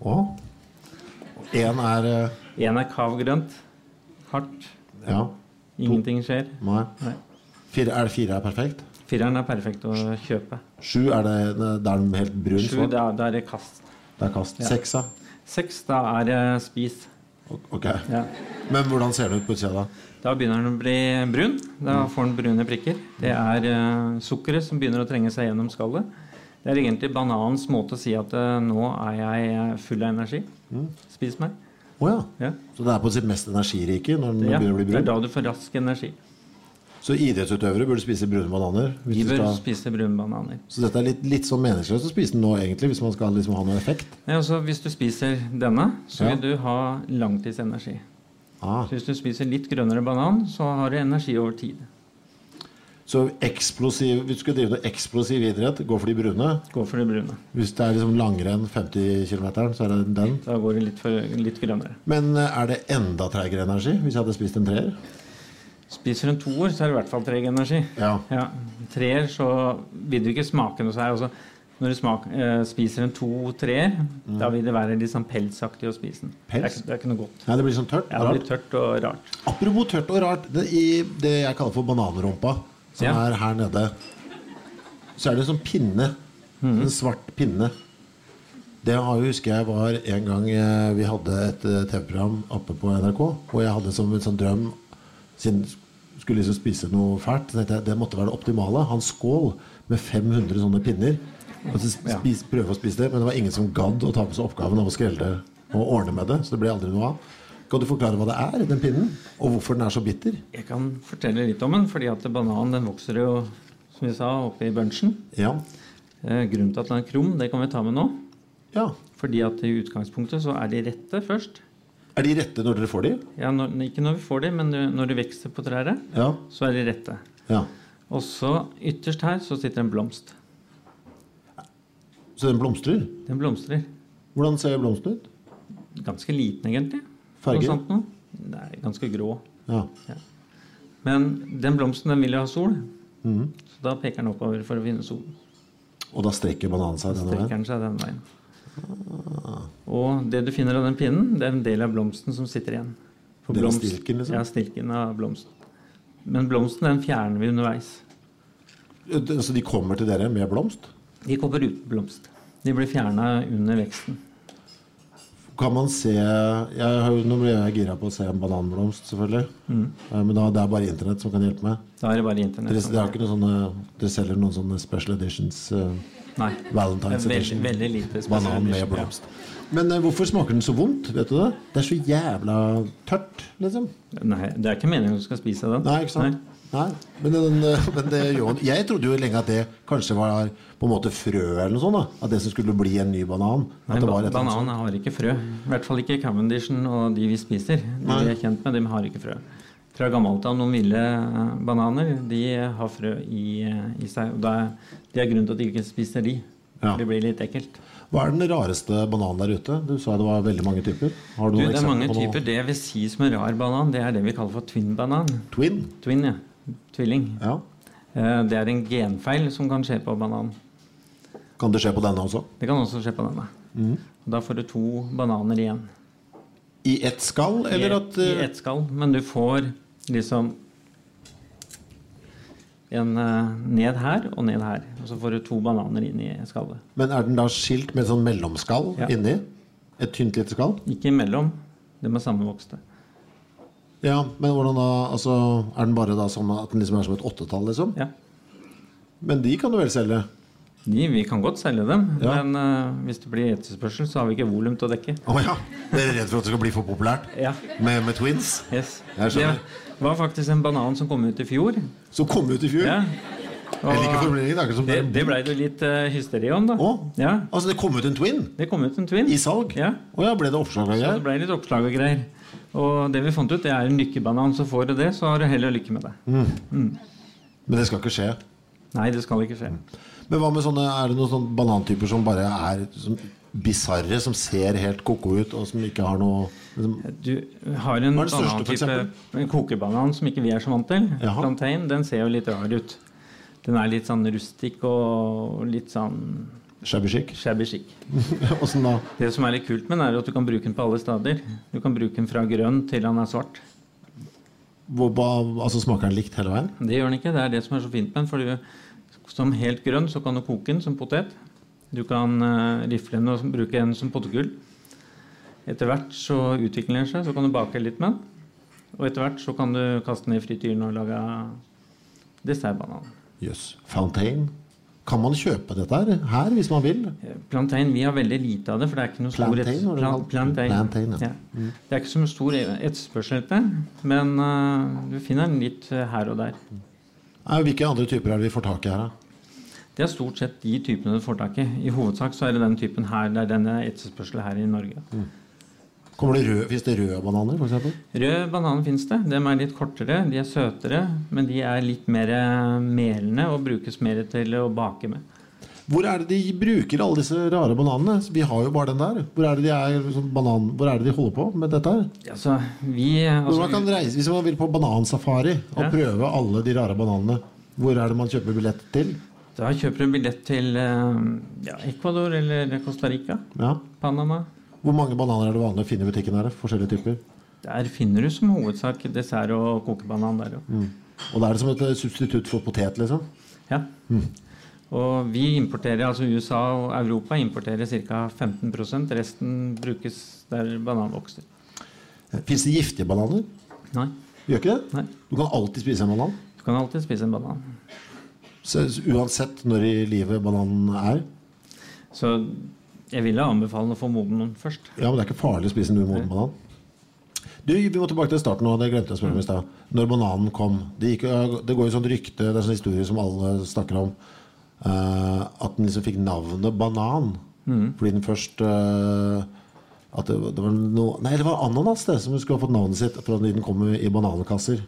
S1: Og én er eh,
S2: Én er kavgrønt. Hardt.
S1: Ja.
S2: Ingenting skjer.
S1: Nei.
S2: Nei.
S1: Fire, er det fire er perfekt?
S2: Fireren er perfekt å kjøpe.
S1: Sju er det Det er den helt brun.
S2: Sju,
S1: svart.
S2: da, da er det kast.
S1: Det er kast. Seks, ja.
S2: Seks, da er det spis.
S1: Ok.
S2: Ja.
S1: Men hvordan ser den ut på utsida da?
S2: Da begynner den å bli brun. Da
S1: Mm.
S2: får den brune prikker. Det er eh, sukkeret som begynner å trenge seg gjennom skallet. Det er egentlig bananens måte å si at eh, nå er jeg eh, full av energi.
S1: Mm.
S2: Spis meg.
S1: Å ja.
S2: Ja.
S1: Så det er på sitt mest energirike når den
S2: Ja,
S1: begynner å bli
S2: det er
S1: brun?
S2: da du får rask energi.
S1: Så idrettsutøvere burde spise brune bananer? Hvis
S2: Vi
S1: du
S2: bør
S1: skal...
S2: spise brune bananer.
S1: Så dette er litt, litt sånn meningsløst å spise den nå, egentlig, hvis man skal liksom ha noe effekt?
S2: Nei, altså, hvis du spiser denne, så
S1: Ja.
S2: vil du ha langtidsenergi.
S1: Ah.
S2: Så hvis du spiser litt grønnere banan, så har du energi over tid.
S1: Så eksplosiv, hvis du skal drive noe eksplosiv idrett, gå for de brune.
S2: Gå for det brune.
S1: Hvis det er liksom langrenn 50 km, så er det den.
S2: Da går det litt, for, litt grønnere.
S1: Men eh, er det enda treigere energi hvis jeg hadde spist en treer?
S2: Spiser du en toer, så er det i hvert fall treg energi.
S1: Ja.
S2: Treer, så vil du ikke smake noe særlig. Altså, når du smak, eh, spiser en to-treer, da vil det være litt sånn pelsaktig å spise den. Det er,
S1: Mm. Pels?
S2: ikke- det er ikke noe godt.
S1: Nei, det blir sånn tørt.
S2: Ja, det blir
S1: rart.
S2: tørt og rart.
S1: Apropos tørt og rart, det, i det jeg kaller for bananrumpa, som
S2: Ja.
S1: er her nede, så er det en sånn pinne. En svart pinne. Det har, husker jeg var en gang eh, vi hadde et eh, TV-program oppe på NRK, og jeg hadde som en sånn drøm Siden skulle liksom spise noe fælt, så tenkte jeg det måtte være det optimale. Ha en skål med 500 sånne pinner. Og så sp- spis, prøve å spise det, men det var ingen som gadd å ta på seg oppgaven av å skrelle det og ordne med det. Så det ble aldri noe av. Kan du forklare hva det er, den pinnen? Og hvorfor den er så bitter?
S2: Jeg kan fortelle litt om den, fordi at bananen den vokser jo, som vi sa, oppe i bunchen.
S1: Ja.
S2: Eh, grunnen til at den er krum, det kan vi ta med nå.
S1: ja.
S2: Fordi at i utgangspunktet så er de rette først.
S1: Er de rette når dere får de?
S2: Ja, når, ikke når vi får de, men når- når de vokser på trærne,
S1: Ja.
S2: så er de rette.
S1: ja.
S2: Og så ytterst her så sitter en blomst.
S1: Så den blomstrer?
S2: Den blomstrer.
S1: Hvordan ser blomsten ut?
S2: Ganske liten, egentlig.
S1: Farge?
S2: Noe sånt noe. Nei, ganske grå.
S1: Ja.
S2: Men den blomsten den vil jo ha sol,
S1: Mm.
S2: så da peker den oppover for å finne solen.
S1: Og da strekker bananen seg denne veien?
S2: Trekker den seg den veien.
S1: Ah.
S2: Og det du finner av den pinnen, det er en del av blomsten som sitter igjen. For
S1: Del av
S2: blomst-
S1: stilken, liksom?
S2: Ja, stilken av blomsten. Men blomsten den fjerner vi underveis.
S1: Så de kommer til dere med blomst?
S2: De kommer uten blomst. De blir fjerna under veksten.
S1: Kan man se jeg, har jo- Nå blir jeg gira på å se en bananblomst, selvfølgelig.
S2: Mm.
S1: Eh, Men da, det er bare Internett som kan hjelpe meg.
S2: Da er det bare internett.
S1: Dere,
S2: som-
S1: dere, har ikke noen sånne, dere selger noen sånne special editions? eh,
S2: Nei.
S1: Valentine's
S2: Det er
S1: edition.
S2: veldig, veldig lite special
S1: banan med
S2: edition, ja.
S1: blomst. Men eh, hvorfor smaker den så vondt? Vet du det? Det er så jævla tørt, liksom.
S2: Nei, det er ikke meningen du skal spise den.
S1: Nei, ikke sant? Nei. Men, den, eh, men det gjør man. Jeg trodde jo lenge at det kanskje var på en måte frø eller noe sånt. da At det som skulle bli en ny banan.
S2: Nei,
S1: At det var et eller annet
S2: banan har ikke frø. I hvert fall ikke Cavendishen og de vi spiser. De
S1: Nei.
S2: vi er kjent med, de har ikke frø. Fra gammelt av noen ville eh, bananer, de har frø i, eh, i seg. Og det er, det er grunnen til at de ikke spiser de.
S1: Ja.
S2: For det blir litt ekkelt.
S1: Hva er den rareste bananen der ute? Du sa det var veldig mange typer. Har du
S2: Du,
S1: noen
S2: det er mange
S1: eksempler på noe?
S2: typer. Det jeg vil si som en rar banan, det er det vi kaller for twin-banan.
S1: Twin?
S2: Twin, ja. Tvilling.
S1: Ja.
S2: Eh, Det er en genfeil som kan skje på banan.
S1: Kan det skje på denne også?
S2: Det kan også skje på denne.
S1: Mm.
S2: Og da får du to bananer igjen.
S1: I ett skall, eller at
S2: I,
S1: eh,
S2: i ett skall, men du får liksom en eh, ned her og ned her. Og så får du to bananer inn i skallet.
S1: Men er den da skilt med et sånn mellomskall
S2: Ja.
S1: inni? Et tynt lite skall?
S2: Ikke imellom. De er sammenvokste.
S1: Ja, men hvordan da? Altså, er den bare da sånn at den liksom er som et åttetall, liksom?
S2: Ja.
S1: Men de kan du vel selge?
S2: De, vi kan godt selge dem,
S1: Ja.
S2: men eh, hvis det blir etterspørsel, så har vi ikke volum til å dekke.
S1: Å ja. Dere er redd for at det skal bli for populært
S2: Ja.
S1: med, med twins?
S2: Yes.
S1: Jeg
S2: Det
S1: skjønner.
S2: var faktisk en banan som kom ut i fjor.
S1: Som kom ut i fjor?
S2: Ja. Og
S1: Jeg liker formuleringen. Det er ikke som
S2: det, det blei det litt eh, hysteri om, da.
S1: Å?
S2: Ja.
S1: Altså, det kom ut en twin
S2: Det kom ut en twin.
S1: i salg?
S2: Ja.
S1: Å ja, ble det oppslag av
S2: Så det
S1: greier?
S2: blei litt oppslag og greier. Og det vi fant ut, det er en lykkebanan. Så får du det, så har du heller lykke med det.
S1: Men det skal ikke skje.
S2: Nei, det skal ikke skje.
S1: Men hva med sånne, er det noen sånne banantyper som bare er som bisarre, som ser helt koko ut, og som ikke har noe liksom,
S2: Du har
S1: Hva
S2: en
S1: er den største,
S2: annen
S1: for
S2: type en kokebanan som ikke vi er så vant til.
S1: Jaha.
S2: Plantain, den ser jo litt rar ut. Den er litt sånn rustikk og litt sånn
S1: shabby chic?
S2: shabby chic.
S1: Åssen da?
S2: Det som er litt kult med den, er at du kan bruke den på alle steder. Du kan bruke den fra grønn til han er svart.
S1: Hvor, ba- altså, smaker den likt hele veien?
S2: Det gjør den ikke. Det er det som er så fint med den. For du, som helt grønn så kan du koke den som potet. Du kan eh, rifle den og bruke den som potetgull. Etter hvert så utvikler den seg, så kan du bake litt med den. Og etter hvert så kan du kaste den i frityren og lage dessertbanan.
S1: Jøss. Fountain. Kan man kjøpe dette her, her hvis man vil?
S2: Eh, Plantain vi har veldig lite av det, for det er ikke noe stor
S1: Plantain,
S2: et-
S1: var det
S2: plan,
S1: kalt?
S2: plantain.
S1: Plantain, ja. Mm.
S2: Det er ikke så stor e- etterspørsel etter, men eh, du finner den litt eh, her og der.
S1: Nei, Hvilke andre typer er det vi får tak i her, da?
S2: Det er stort sett de typene du får tak i. I hovedsak så er det den typen her, det er denne etterspørselen her i Norge.
S1: Kommer det rød, Fins det røde bananer, for eksempel?
S2: Rød banan finnes det. De er litt kortere, de er søtere, men de er litt mer eh, melende og brukes mer til å bake med.
S1: Hvor er det de bruker alle disse rare bananene? Vi har jo bare den der. Hvor er det de, er, sånn banan, hvor er det de holder på med dette her?
S2: Altså, vi, altså,
S1: Hvordan man kan reise, hvis man vil på banansafari og
S2: Ja.
S1: prøve alle de rare bananene, hvor er det man kjøper billett til?
S2: Da kjøper du billett til eh, ja, Ecuador eller Costa Rica,
S1: Ja.
S2: Panama.
S1: Hvor mange bananer er det vanlig å finne i butikken her? Forskjellige typer.
S2: Der finner du som hovedsak dessert og kokebanan der òg.
S1: Og da er det som et eh, substitutt for potet, liksom.
S2: Ja. Og vi importerer, altså USA og Europa importerer ca. 15 Resten brukes der banan vokser.
S1: Fins det giftige bananer?
S2: Nei.
S1: Gjør ikke det?
S2: Nei.
S1: Du kan alltid spise en banan.
S2: Du kan alltid spise en banan.
S1: Så, så uansett når i livet bananen er.
S2: Så jeg ville anbefale å få moden den først.
S1: Ja, men det er ikke farlig å spise en umoden banan. Du, Vi må tilbake til starten, og det glemte jeg å spørre om i stad. Når bananen kom det, gikk, jo- det går jo sånn rykte, det er sånn historie som alle snakker om, eh, at den liksom fikk navnet banan.
S2: Mm.
S1: Fordi den først eh, at det, var- det var noe, Nei, det var ananas det som skulle ha fått navnet sitt fordi den kom i banankasser.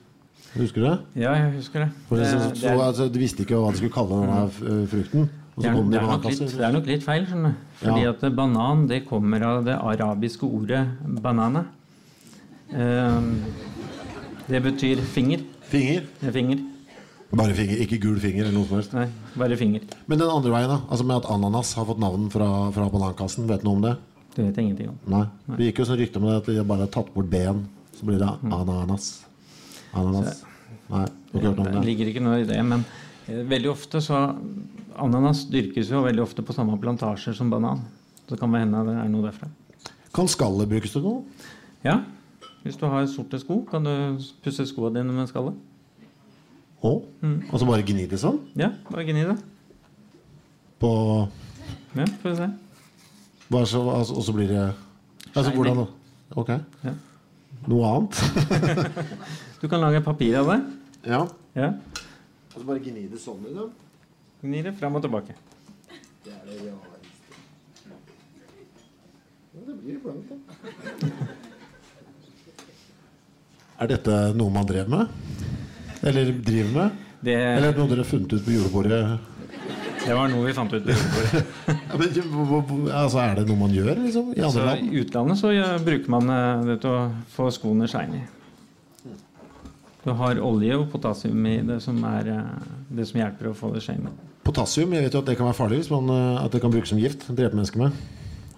S1: Husker du det?
S2: Ja, jeg husker det.
S1: For det, så,
S2: det, er, Mm.
S1: altså, De visste ikke hva de skulle kalle denne f- frukten. Og
S2: det,
S1: så
S2: er,
S1: kom den
S2: det,
S1: i
S2: er nok litt,
S1: banankasser.
S2: det er nok litt feil, skjønner du. Fordi
S1: Ja.
S2: at banan det kommer av det arabiske ordet banana. Ehm, det betyr finger.
S1: Finger.
S2: Det er Finger.
S1: Bare finger, ikke gul finger eller noe som helst.
S2: Nei, bare finger.
S1: Men den andre veien, da? Altså med at ananas har fått navn fra, fra banankassen. Vet du noe om det?
S2: Det vet jeg ingenting om.
S1: Nei. Det gikk jo sånn rykte om det at de bare har tatt bort B-en. Så blir det ananas. Ananas. Nei, du har ikke hørt noe
S2: Det
S1: om det?
S2: ligger ikke noe i det, men eh, veldig ofte så Ananas dyrkes jo veldig ofte på samme plantasjer som banan. Så det kan vel hende det er noe derfra.
S1: Kan skallet brukes til noe?
S2: Ja, hvis du har sorte sko, kan du pusse skoene dine med skallet.
S1: Å? Og så bare gni det sånn?
S2: Ja, bare gni det.
S1: På
S2: Ja, får vi se.
S1: bare så, altså, Og så blir det Altså
S2: Shining.
S1: hvordan da? Ok.
S2: Ja.
S1: Noe annet?
S2: Du kan lage papir av det.
S1: ja.
S2: Ja.
S1: Og så bare gni det sånn, liksom?
S2: Gni det fram og tilbake.
S1: Er dette noe man drev med? Eller driver med?
S2: Det,
S1: Eller noe dere har funnet ut på julebordet?
S2: det var noe vi fant ut.
S1: Ja, men, hvor- hvor- hvor- altså, er det noe man gjør liksom, i andre
S2: Så
S1: land?
S2: Altså, I utlandet så ja, bruker man eh, det til å få skoene shiny. Du har olje og potasium i det som, er, eh, det som hjelper å få det shiny.
S1: Potassium jeg vet jo at det kan være farlig hvis man, eh, at det kan brukes som gift. Drepe mennesker med.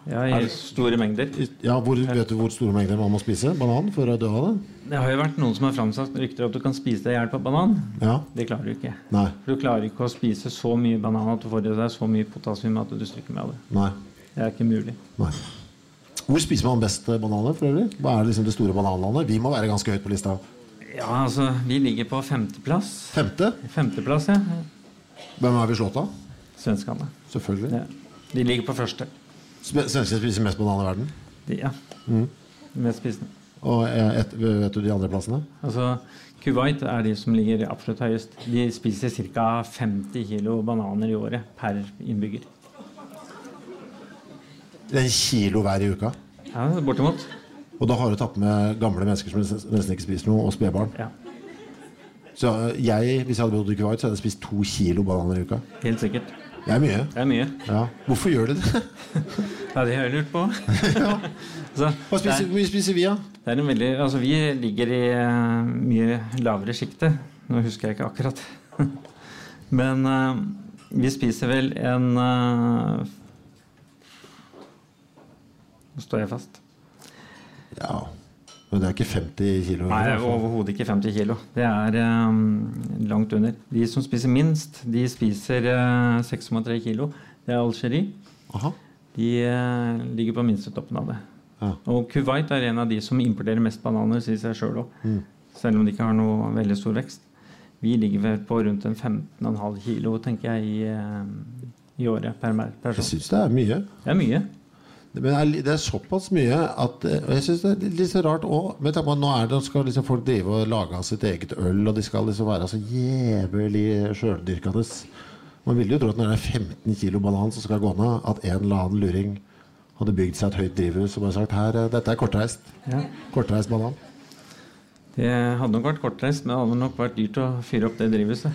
S2: Ja, i store mengder.
S1: I- Ja, hvor, vet du hvor store mengder man må spise banan for å dø av det?
S2: Det har jo vært noen som har framsatt rykter at du kan spise deg i hjel på banan.
S1: Ja,
S2: Det klarer du ikke.
S1: Nei.
S2: For du klarer ikke å spise så mye banan at du får i deg så mye potasium at du stryker med av det.
S1: nei,
S2: Det er ikke mulig.
S1: nei. Hvor spiser man best eh, bananer for øvrig? Hva er liksom det store bananlandet? Vi må være ganske høyt på lista.
S2: Ja, altså, vi ligger på femteplass.
S1: Femte?
S2: Femteplass, ja.
S1: Hvem er vi slått av?
S2: svenskene.
S1: Selvfølgelig.
S2: Ja. De ligger på første.
S1: Sve- Svensker spiser mest banan i verden.
S2: De, ja. Mest spisende.
S1: Og eh, et, vet du de andre plassene?
S2: Altså, Kuwait er de som ligger absolutt høyest. De spiser ca. 50 kilo bananer i året per innbygger.
S1: Det er en kilo hver i uka.
S2: Ja, Bortimot.
S1: Og da har du tatt med gamle mennesker som nes- nesten ikke spiser noe, og spedbarn.
S2: Ja,
S1: Så eh, jeg, hvis jeg hadde bodd i Kuwait, så hadde jeg spist to kilo bananer i uka.
S2: Helt sikkert.
S1: Det er mye.
S2: Det er mye.
S1: Ja. Hvorfor gjør de det?
S2: Det er det jeg har lurt på. altså,
S1: Hva spiser, hvor mye spiser vi, da?
S2: det er en veldig, altså, vi ligger i eh, mye lavere sjiktet. Nå husker jeg ikke akkurat. Men eh, vi spiser vel en eh, Nå står jeg fast.
S1: Ja. Men det er ikke 50 kilo.
S2: Nei, det er overhodet ikke 50 kilo. Det er eh, langt under. De som spiser minst, de spiser eh, 6,3 kilo. Det er Algerie.
S1: Aha.
S2: De eh, ligger på minstetoppen av det.
S1: Ja.
S2: Og Kuwait er en av de som importerer mest bananer, sier seg sjøl òg.
S1: Mm.
S2: Selv om de ikke har noe veldig stor vekst. Vi ligger vel på rundt en 15,5 kilo, tenker jeg, i, eh, i året per mer-
S1: Jeg
S2: person.
S1: syns det er mye.
S2: Det er mye.
S1: Men det er, li- det er såpass mye at eh, Og jeg syns det er litt- litt så rart òg. Nå er det, nå skal liksom folk drive og lage av sitt eget øl, og de skal liksom være så jævlig sjøldyrkende. Man ville jo tro at når det er 15 kilo banan som skal gå ned, at en eller annen luring hadde bygd seg et høyt drivhus og bare sagt her, eh, dette er kortreist.
S2: Ja.
S1: Kortreist banan.
S2: Det hadde nok vært kortreist, men det hadde nok vært dyrt å fyre opp det drivhuset.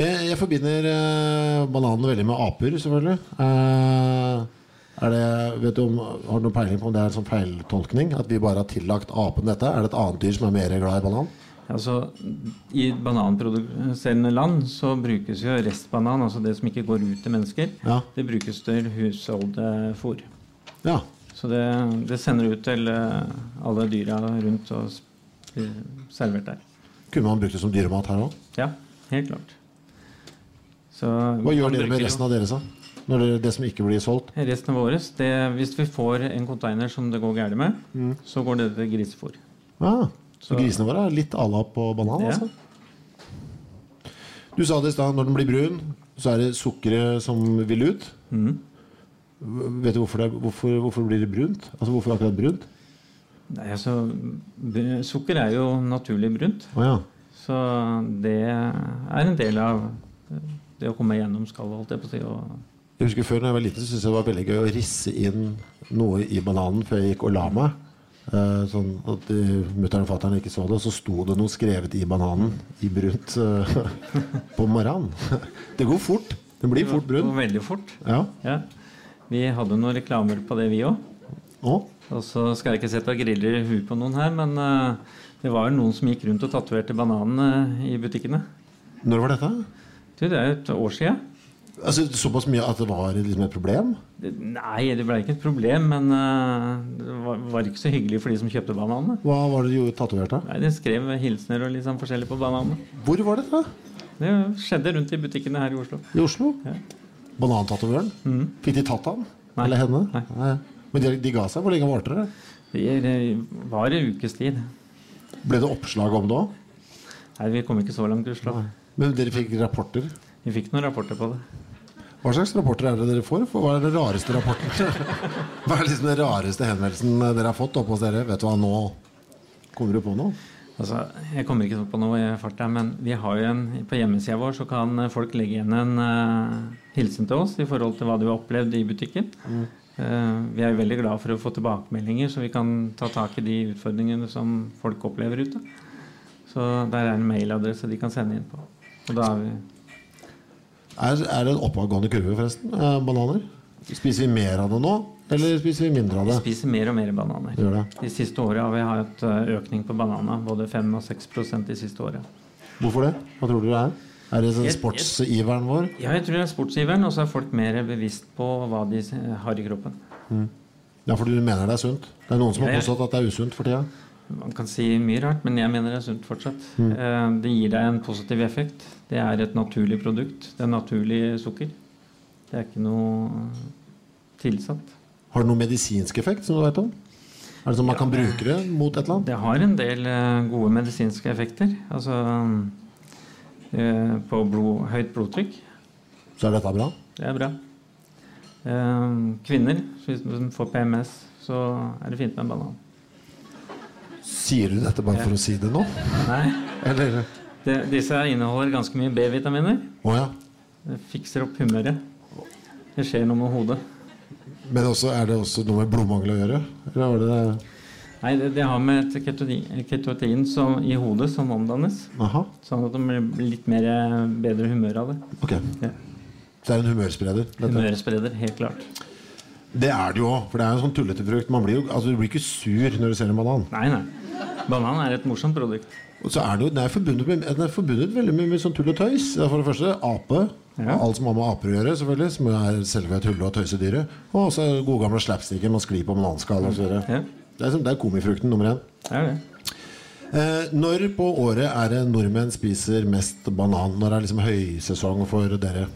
S1: Jeg, jeg forbinder eh, bananen veldig med aper, selvfølgelig. Eh, er det, vet du om, har du noen peiling på om det er en sånn feiltolkning? At vi bare har tillagt apen dette? Er det et annet dyr som er mer glad i banan?
S2: Altså, I bananproduserende land så brukes jo restbanan, altså det som ikke går ut til mennesker,
S1: Ja.
S2: det brukes til husholdfôr.
S1: Ja.
S2: Så det, det sender ut til eh, alle dyra rundt og s- blir servert der.
S1: Kunne man brukt det som dyremat her òg?
S2: Ja, helt klart. Så
S1: Hva gjør dere med resten av deres, da? Når det, det som ikke blir solgt?
S2: Resten av året, det, hvis vi får en container som det går galt med,
S1: Mm.
S2: så går det til grisefôr.
S1: Ah, så
S2: Så-
S1: grisene våre er litt à la på banan,
S2: Ja.
S1: altså? Du sa det i stad, når den blir brun, så er det sukkeret som vil ut.
S2: Mm.
S1: Vet du hvorfor, det, er- hvorfor, hvorfor blir det brunt? Altså hvorfor akkurat brunt?
S2: Nei, altså, br- Sukker er jo naturlig brunt.
S1: Å ja.
S2: Så det er en del av eh, det å komme gjennom skallet, holdt jeg på å si. Og
S1: Jeg husker Før når jeg var liten, så syntes jeg det var veldig gøy å risse inn noe i bananen før jeg gikk og la meg. Eh, sånn at mutter'n og fatter'n ikke så det. Og så sto det noe skrevet i bananen i brunt eh, på morgenen. det går fort. Den blir fort
S2: det
S1: brun.
S2: går veldig fort.
S1: Ja.
S2: Ja. Vi hadde noen reklamer på det, vi òg.
S1: Nå?
S2: Og så skal jeg ikke sette griller i huet på noen her, men eh, det var jo noen som gikk rundt og tatoverte bananene i butikkene.
S1: Når var dette?
S2: Du, det er jo et år sia.
S1: Altså, såpass mye at det var liksom et problem?
S2: Nei, det ble ikke et problem, men eh, det var, var ikke så hyggelig for de som kjøpte bananene.
S1: Hva var det du tatoverte?
S2: Nei, De skrev hilsener og litt sånn forskjellig på bananene.
S1: Hvor var dette?
S2: Det skjedde rundt i butikkene her i Oslo.
S1: I Oslo?
S2: Ja.
S1: Banantatovøren? Fikk de tatt han?
S2: Nei.
S1: Eller henne?
S2: Nei.
S1: Men de, de ga seg? Hvor lenge varte det?
S2: Det eh, var en ukes tid.
S1: Ble det oppslag om det òg?
S2: Nei, vi kom ikke så langt, Gustav.
S1: Men dere fikk rapporter?
S2: Vi fikk noen rapporter på det.
S1: Hva slags rapporter er det dere får? For Hva er den rareste rapporten? Hva er liksom den rareste henvendelsen dere har fått oppe hos dere? Vet du hva, nå kommer du på noe?
S2: Altså, jeg kommer ikke på noe i farta, men vi har jo en, på hjemmesida vår så kan folk legge igjen en eh, hilsen til oss i forhold til hva de har opplevd i butikken.
S1: Mm.
S2: Eh, vi er veldig glad for å få tilbakemeldinger, så vi kan ta tak i de utfordringene som folk opplever ute. Så der er en mailadresse de kan sende inn på. Og da er vi
S1: Er, er det en oppadgående kurve, forresten? Eh, bananer? Spiser vi mer av det nå, eller spiser vi mindre av det?
S2: spiser mer og mer bananer.
S1: Gjør det.
S2: De siste åra har vi hatt eh, økning på bananer, både 5 og 6 prosent de siste åra.
S1: Hvorfor det? Hva tror dere det er? Er det sånn
S2: Jeg- jeg-
S1: sportsiveren vår?
S2: Ja, jeg tror det er sportsgiveren, og så er folk mer bevisst på hva de eh, har i kroppen.
S1: Ja, for du mener det er sunt? Det er noen som har
S2: Jeg-
S1: påstått at det er usunt for tida?
S2: Man kan si mye rart, men jeg mener det er sunt fortsatt. Eh, Det gir deg en positiv effekt. Det er et naturlig produkt. Det er naturlig sukker. Det er ikke noe tilsatt.
S1: Har det noen medisinsk effekt, som du vet om? Er det sånn man kan bruke det mot et eller annet?
S2: Det har en del eh, gode medisinske effekter. Altså eh, på blod, høyt blodtrykk.
S1: Så er dette bra?
S2: Det er bra. Eh, Kvinner, så hvis de får PMS, så er det fint med en banan.
S1: Sier du dette bare for å si det nå?
S2: Nei,
S1: Eller
S2: det, disse her inneholder ganske mye B-vitaminer.
S1: Å ja.
S2: Det fikser opp humøret. Det skjer noe med hodet.
S1: Men også, er det også noe med blodmangel å gjøre? Eller var det
S2: Nei, det, det har med et ketodi- ketotin som, i hodet som omdannes.
S1: Aha.
S2: Sånn at de blir litt mer, eh, bedre humør av det.
S1: Ok.
S2: Ja.
S1: Det er en humørspreder. Dette.
S2: Humørspreder, helt klart.
S1: Det er det jo òg, for det er en sånn tullete frukt. Man blir jo, altså, du blir ikke sur når du ser en banan.
S2: Nei, nei. Banan er et morsomt produkt.
S1: Og så er det jo, den er forbundet, med, den er forbundet veldig mye med sånn tull og tøys. Det er For det første ape.
S2: Ja.
S1: Alt som har med aper å gjøre, selvfølgelig. Som er selve tulle- og tøysedyret. Og også gode gamle slapsticken. Man sklir på bananskall og så videre.
S2: Ja.
S1: Det er, sånn- det er komifrukten nummer én.
S2: Det er det.
S1: Eh, når på året er det nordmenn spiser mest banan? Når er liksom høysesong for dere?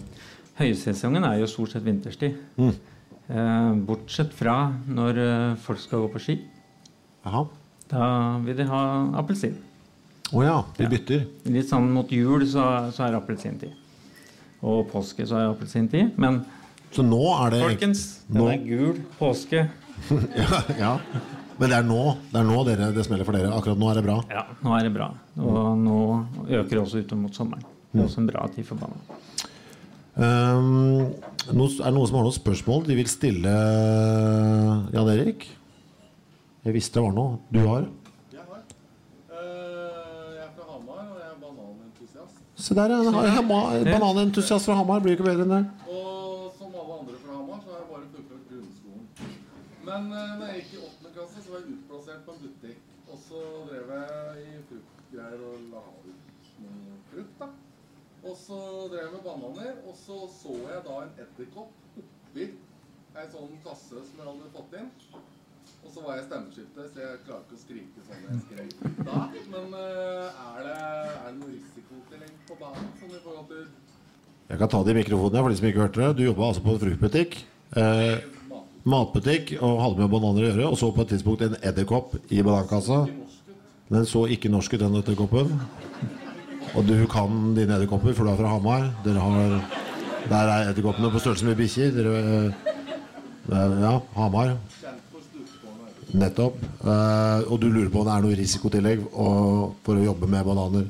S2: Høysesongen er jo stort sett vinterstid.
S1: Mm.
S2: Eh, bortsett fra når eh, folk skal gå på ski.
S1: Jaha.
S2: Da vil de ha appelsin.
S1: Å ja, de bytter.
S2: Litt sånn mot jul så, så er appelsintid. Og påske så er appelsintid. Men
S1: Så nå er det
S2: folkens, den
S1: Nå-
S2: er gul påske.
S1: ja, ja. Men det er nå det, er nå dere, det smeller for dere. Akkurat nå er det bra.
S2: Ja, nå er det bra. Og nå øker det også utover mot sommeren. Det er også en bra tid for banan.
S1: Um, no, er det noen som har noen spørsmål de vil stille eh, Jan Erik? Jeg visste det var noe. Du har?
S3: Eh, Jeg er fra Hamar, og jeg er bananentusiast.
S1: Se der, ja. Hamar- Bananentusiast fra Hamar blir jo ikke bedre enn det.
S3: Og som alle andre fra Hamar, så har jeg bare fullført grunnskolen. Men eh, når jeg gikk i åttende klasse, så var jeg utplassert på en butikk. Og så drev jeg i fruktgreier og la ut noe frukt, da. Og så drev jeg med bananer, og så så jeg da en edderkopp oppi ei sånn kasse som jeg hadde fått inn. Og så var jeg stemmeskiftet, så jeg klarer ikke å skrike sånn jeg skrek da. Men eh, er, det, er det noe risikotillegg på banen, sånn i forhold til
S1: Jeg kan ta det i mikrofonen her, for de som ikke hørte det. Du jobba altså på en fruktbutikk. Eh, matbutikk og hadde med bananer å gjøre. Og så på et tidspunkt en edderkopp i banankassa. Den så ikke norsk ut, den edderkoppen. Og du kan dine edderkopper, for du er fra Hamar. Dere har Der er edderkoppene på størrelse med bikkjer. Dere eh, det er- Ja, Hamar. Nettopp. Eh, og du lurer på om det er noe risikotillegg og, for å jobbe med bananer.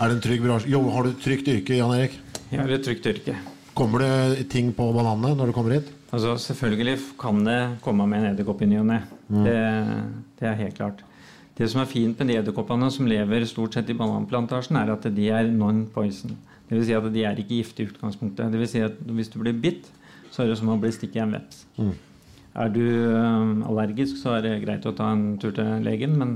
S1: Er det en trygg bransje? Jo, har du et trygt yrke, Jan Erik?
S2: Jeg har et trygt yrke.
S1: Kommer det ting på bananene når du kommer hit?
S2: Altså, selvfølgelig kan det komme med en edderkopp i ny og ne. Det, det er helt klart. Det som er fint med de edderkoppene som lever stort sett i bananplantasjen, er at de er non-poison. Dvs. Si at de er ikke giftige i utgangspunktet. Dvs. Si at hvis du blir bitt, så er det som å bli stukket i en veps. Er du øhm, allergisk, så er det greit å ta en tur til legen, men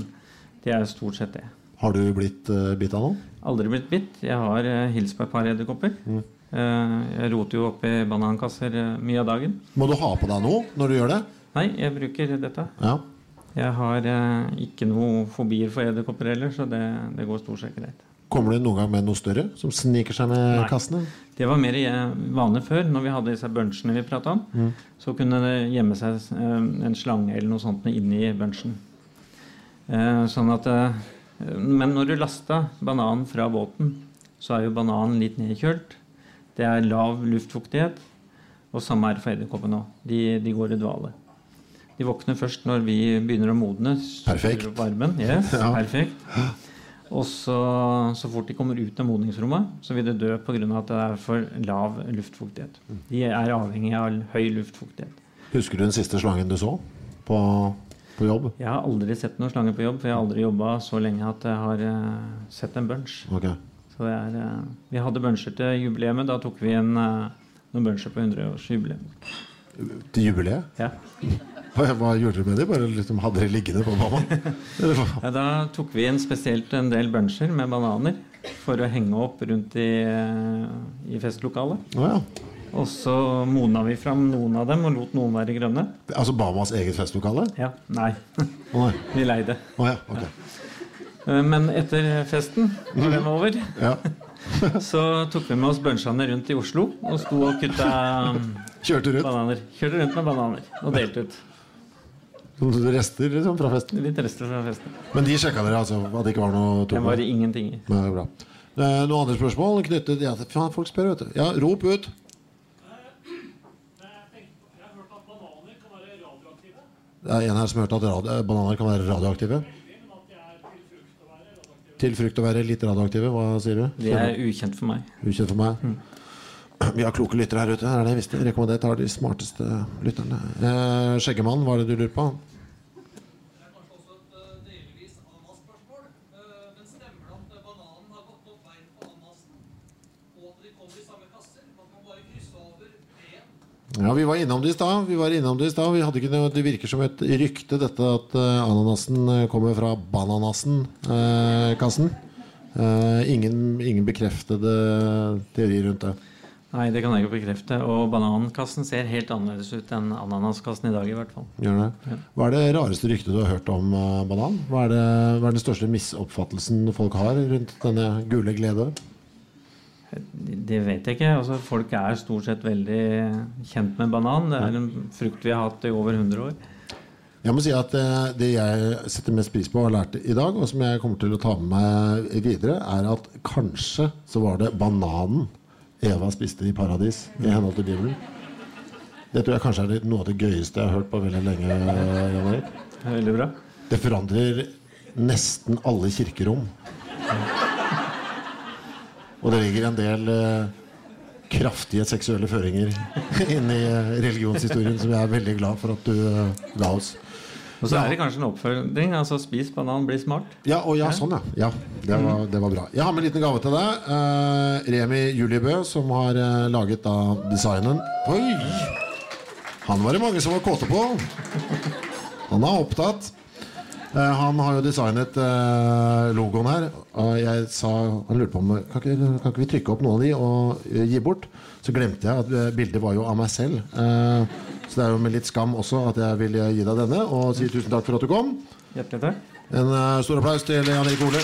S2: det er stort sett det.
S1: Har du blitt uh, bitt av noen?
S2: Aldri blitt bitt. Jeg har eh, hilst på et par edderkopper. Eh, jeg roter jo oppi banankasser eh, mye av dagen.
S1: Må du ha på deg noe når du gjør det?
S2: Nei, jeg bruker dette.
S1: Ja.
S2: Jeg har eh, ikke noe fobier for edderkopper heller, så det, det går stort sett greit.
S1: Kommer du noen gang med noe større som sniker seg med kassene?
S2: Det var mer eh, vanlig før, når vi hadde disse bunchene vi prata om. Så kunne det gjemme seg eh, en slange eller noe sånt inni bunchen. Eh, Sånn at eh, Men når du lasta bananen fra båten, så er jo bananen litt nedkjølt. Det er lav luftfuktighet. Og samme er det for edderkoppene òg. De, de går i dvale. De våkner først når vi begynner å modne. skruer
S1: Perfekt.
S2: opp Varmen. Yes,
S1: Ja.
S2: perfekt. Og så, så fort de kommer ut av modningsrommet, så vil de dø pga. at det er for lav luftfuktighet. De er avhengig av høy luftfuktighet.
S1: Husker du den siste slangen du så på, på jobb?
S2: Jeg har aldri sett noen slange på jobb, for jeg har aldri jobba så lenge at jeg har eh, sett en bunch.
S1: Ok.
S2: Så det er, eh, vi hadde buncher til jubileet, da tok vi en, eh, noen buncher på 100-årsjubileet.
S1: Til jubileet?
S2: Ja.
S1: Hva, hva gjorde dere med dem? Bare liksom hadde dere liggende på mamma? Eller hva?
S2: Ja, da tok vi inn spesielt en del buncher med bananer for å henge opp rundt i, eh, i festlokalet.
S1: Å ja.
S2: Og så mona vi fram noen av dem og lot noen være grønne.
S1: Altså Bamas eget festlokale?
S2: Ja, nei.
S1: Å nei.
S2: Vi leide.
S1: Å ja. Ok.
S2: Eh, Men etter festen, når den var over,
S1: Ja.
S2: så tok vi med oss bunchene rundt i Oslo og sto og kutta
S1: Kjørte rundt?
S2: bananer. Kjørte rundt med bananer og delte ut.
S1: Noen Rester liksom fra festen?
S2: Litt rester fra festen.
S1: Men de sjekka dere altså at det ikke var noe
S2: Det var ingenting i.
S1: Nei, bra. Eh, Noen andre spørsmål knyttet ja, Faen, folk spør, vet du. Ja, rop ut. Det er en her som hørte at radio, eh, bananer kan være radioaktive. Til frukt å være litt radioaktive, hva sier du?
S2: Det er ukjent for meg.
S1: Ukjent for meg. Vi har kloke lyttere her ute. Det er det jeg visste. Rekommendert har de smarteste lytterne. Eh, Skjeggemann, hva er det du lurer på?
S3: eh,
S1: Ja, Vi var innom det i stad. Vi var innom det i stad. Vi hadde ikke noe, Det virker som et rykte, dette at eh, ananasen eh, kommer fra bananasen-kassen. Eh, ingen, ingen bekreftede teorier rundt det.
S2: Nei, det kan jeg ikke bekrefte. Og banankassen ser helt annerledes ut enn ananaskassen i dag, i hvert fall.
S1: Gjør det. Hva er det rareste ryktet du har hørt om eh, banan? Hva er, det, hva er den største misoppfattelsen folk har rundt denne gule glede?
S2: Det vet jeg ikke. Altså, folk er stort sett veldig kjent med banan. Det er en frukt vi har hatt i over 100 år.
S1: Jeg må si at eh, Det jeg setter mest pris på og har lært i dag, og som jeg kommer til å ta med meg videre, er at kanskje så var det bananen Eva spiste i paradis i henhold til Bibelen. Det tror jeg kanskje er det- noe av det gøyeste jeg har hørt på veldig lenge. Jan Erik.
S2: Det er Veldig bra.
S1: Det forandrer nesten alle kirkerom. Og det ligger en del eh, kraftige seksuelle føringer inni religionshistorien som jeg er veldig glad for at du eh, ga oss.
S2: Og så er det kanskje en oppfølging. Altså spis banan, bli smart.
S1: Ja, og ja, sånn ja. ja det, var, det var bra. Jeg har med en liten gave til deg. Eh, Remi Juliebø, som har eh, laget da designen. Oi! Han var det mange som var kåte på. Han er opptatt. Eh, han har jo designet eh, logoen her. Og jeg sa, han lurte på om kan ikke, kan ikke vi trykke opp noen av de og eh, gi bort. Så glemte jeg at eh, bildet var jo av meg selv. Eh, så det er jo med litt skam også at jeg ville gi deg denne, og si tusen takk for at du kom.
S2: Hjertelig takk.
S1: En eh, stor applaus til Jan Erik Ole.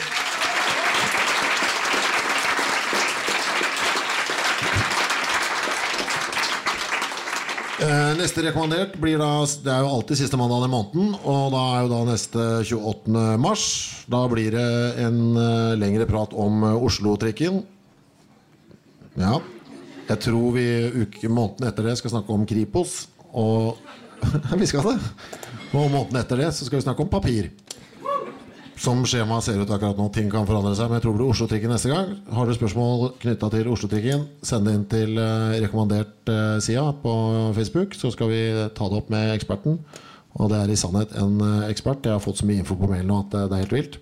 S1: Eh, Neste rekommandert blir da Det er jo alltid siste mandag i måneden, og da er jo da neste 28. mars. Da blir det en eh, lengre prat om eh, Oslo-trikken. Ja. Jeg tror vi uke, måneden etter det skal snakke om Kripos. Og vi skal det. Og måneden etter det så skal vi snakke om papir. Som skjemaet ser ut akkurat nå, ting kan forandre seg. Men jeg tror det blir Oslo-trikken neste gang. Har du spørsmål knytta til Oslo-trikken, send det inn til eh, rekommandert eh, sida på Facebook, så skal vi ta det opp med eksperten. Og det er i sannhet en eh, ekspert. Jeg har fått så mye info på mail nå at eh, det er helt vilt.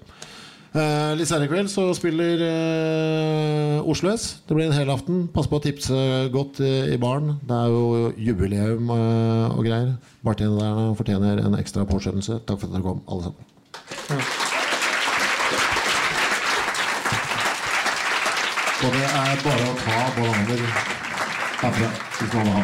S1: Eh, litt senere i kveld så spiller eh, Oslo S. Det blir en hel aften. Pass på å tipse godt eh, i baren. Det er jo jubileum eh, og greier. Bartenderne fortjener en ekstra påskjønnelse. Takk for at dere kom, alle sammen. Og det er bare å ta bananer herfra hvis man vil ha.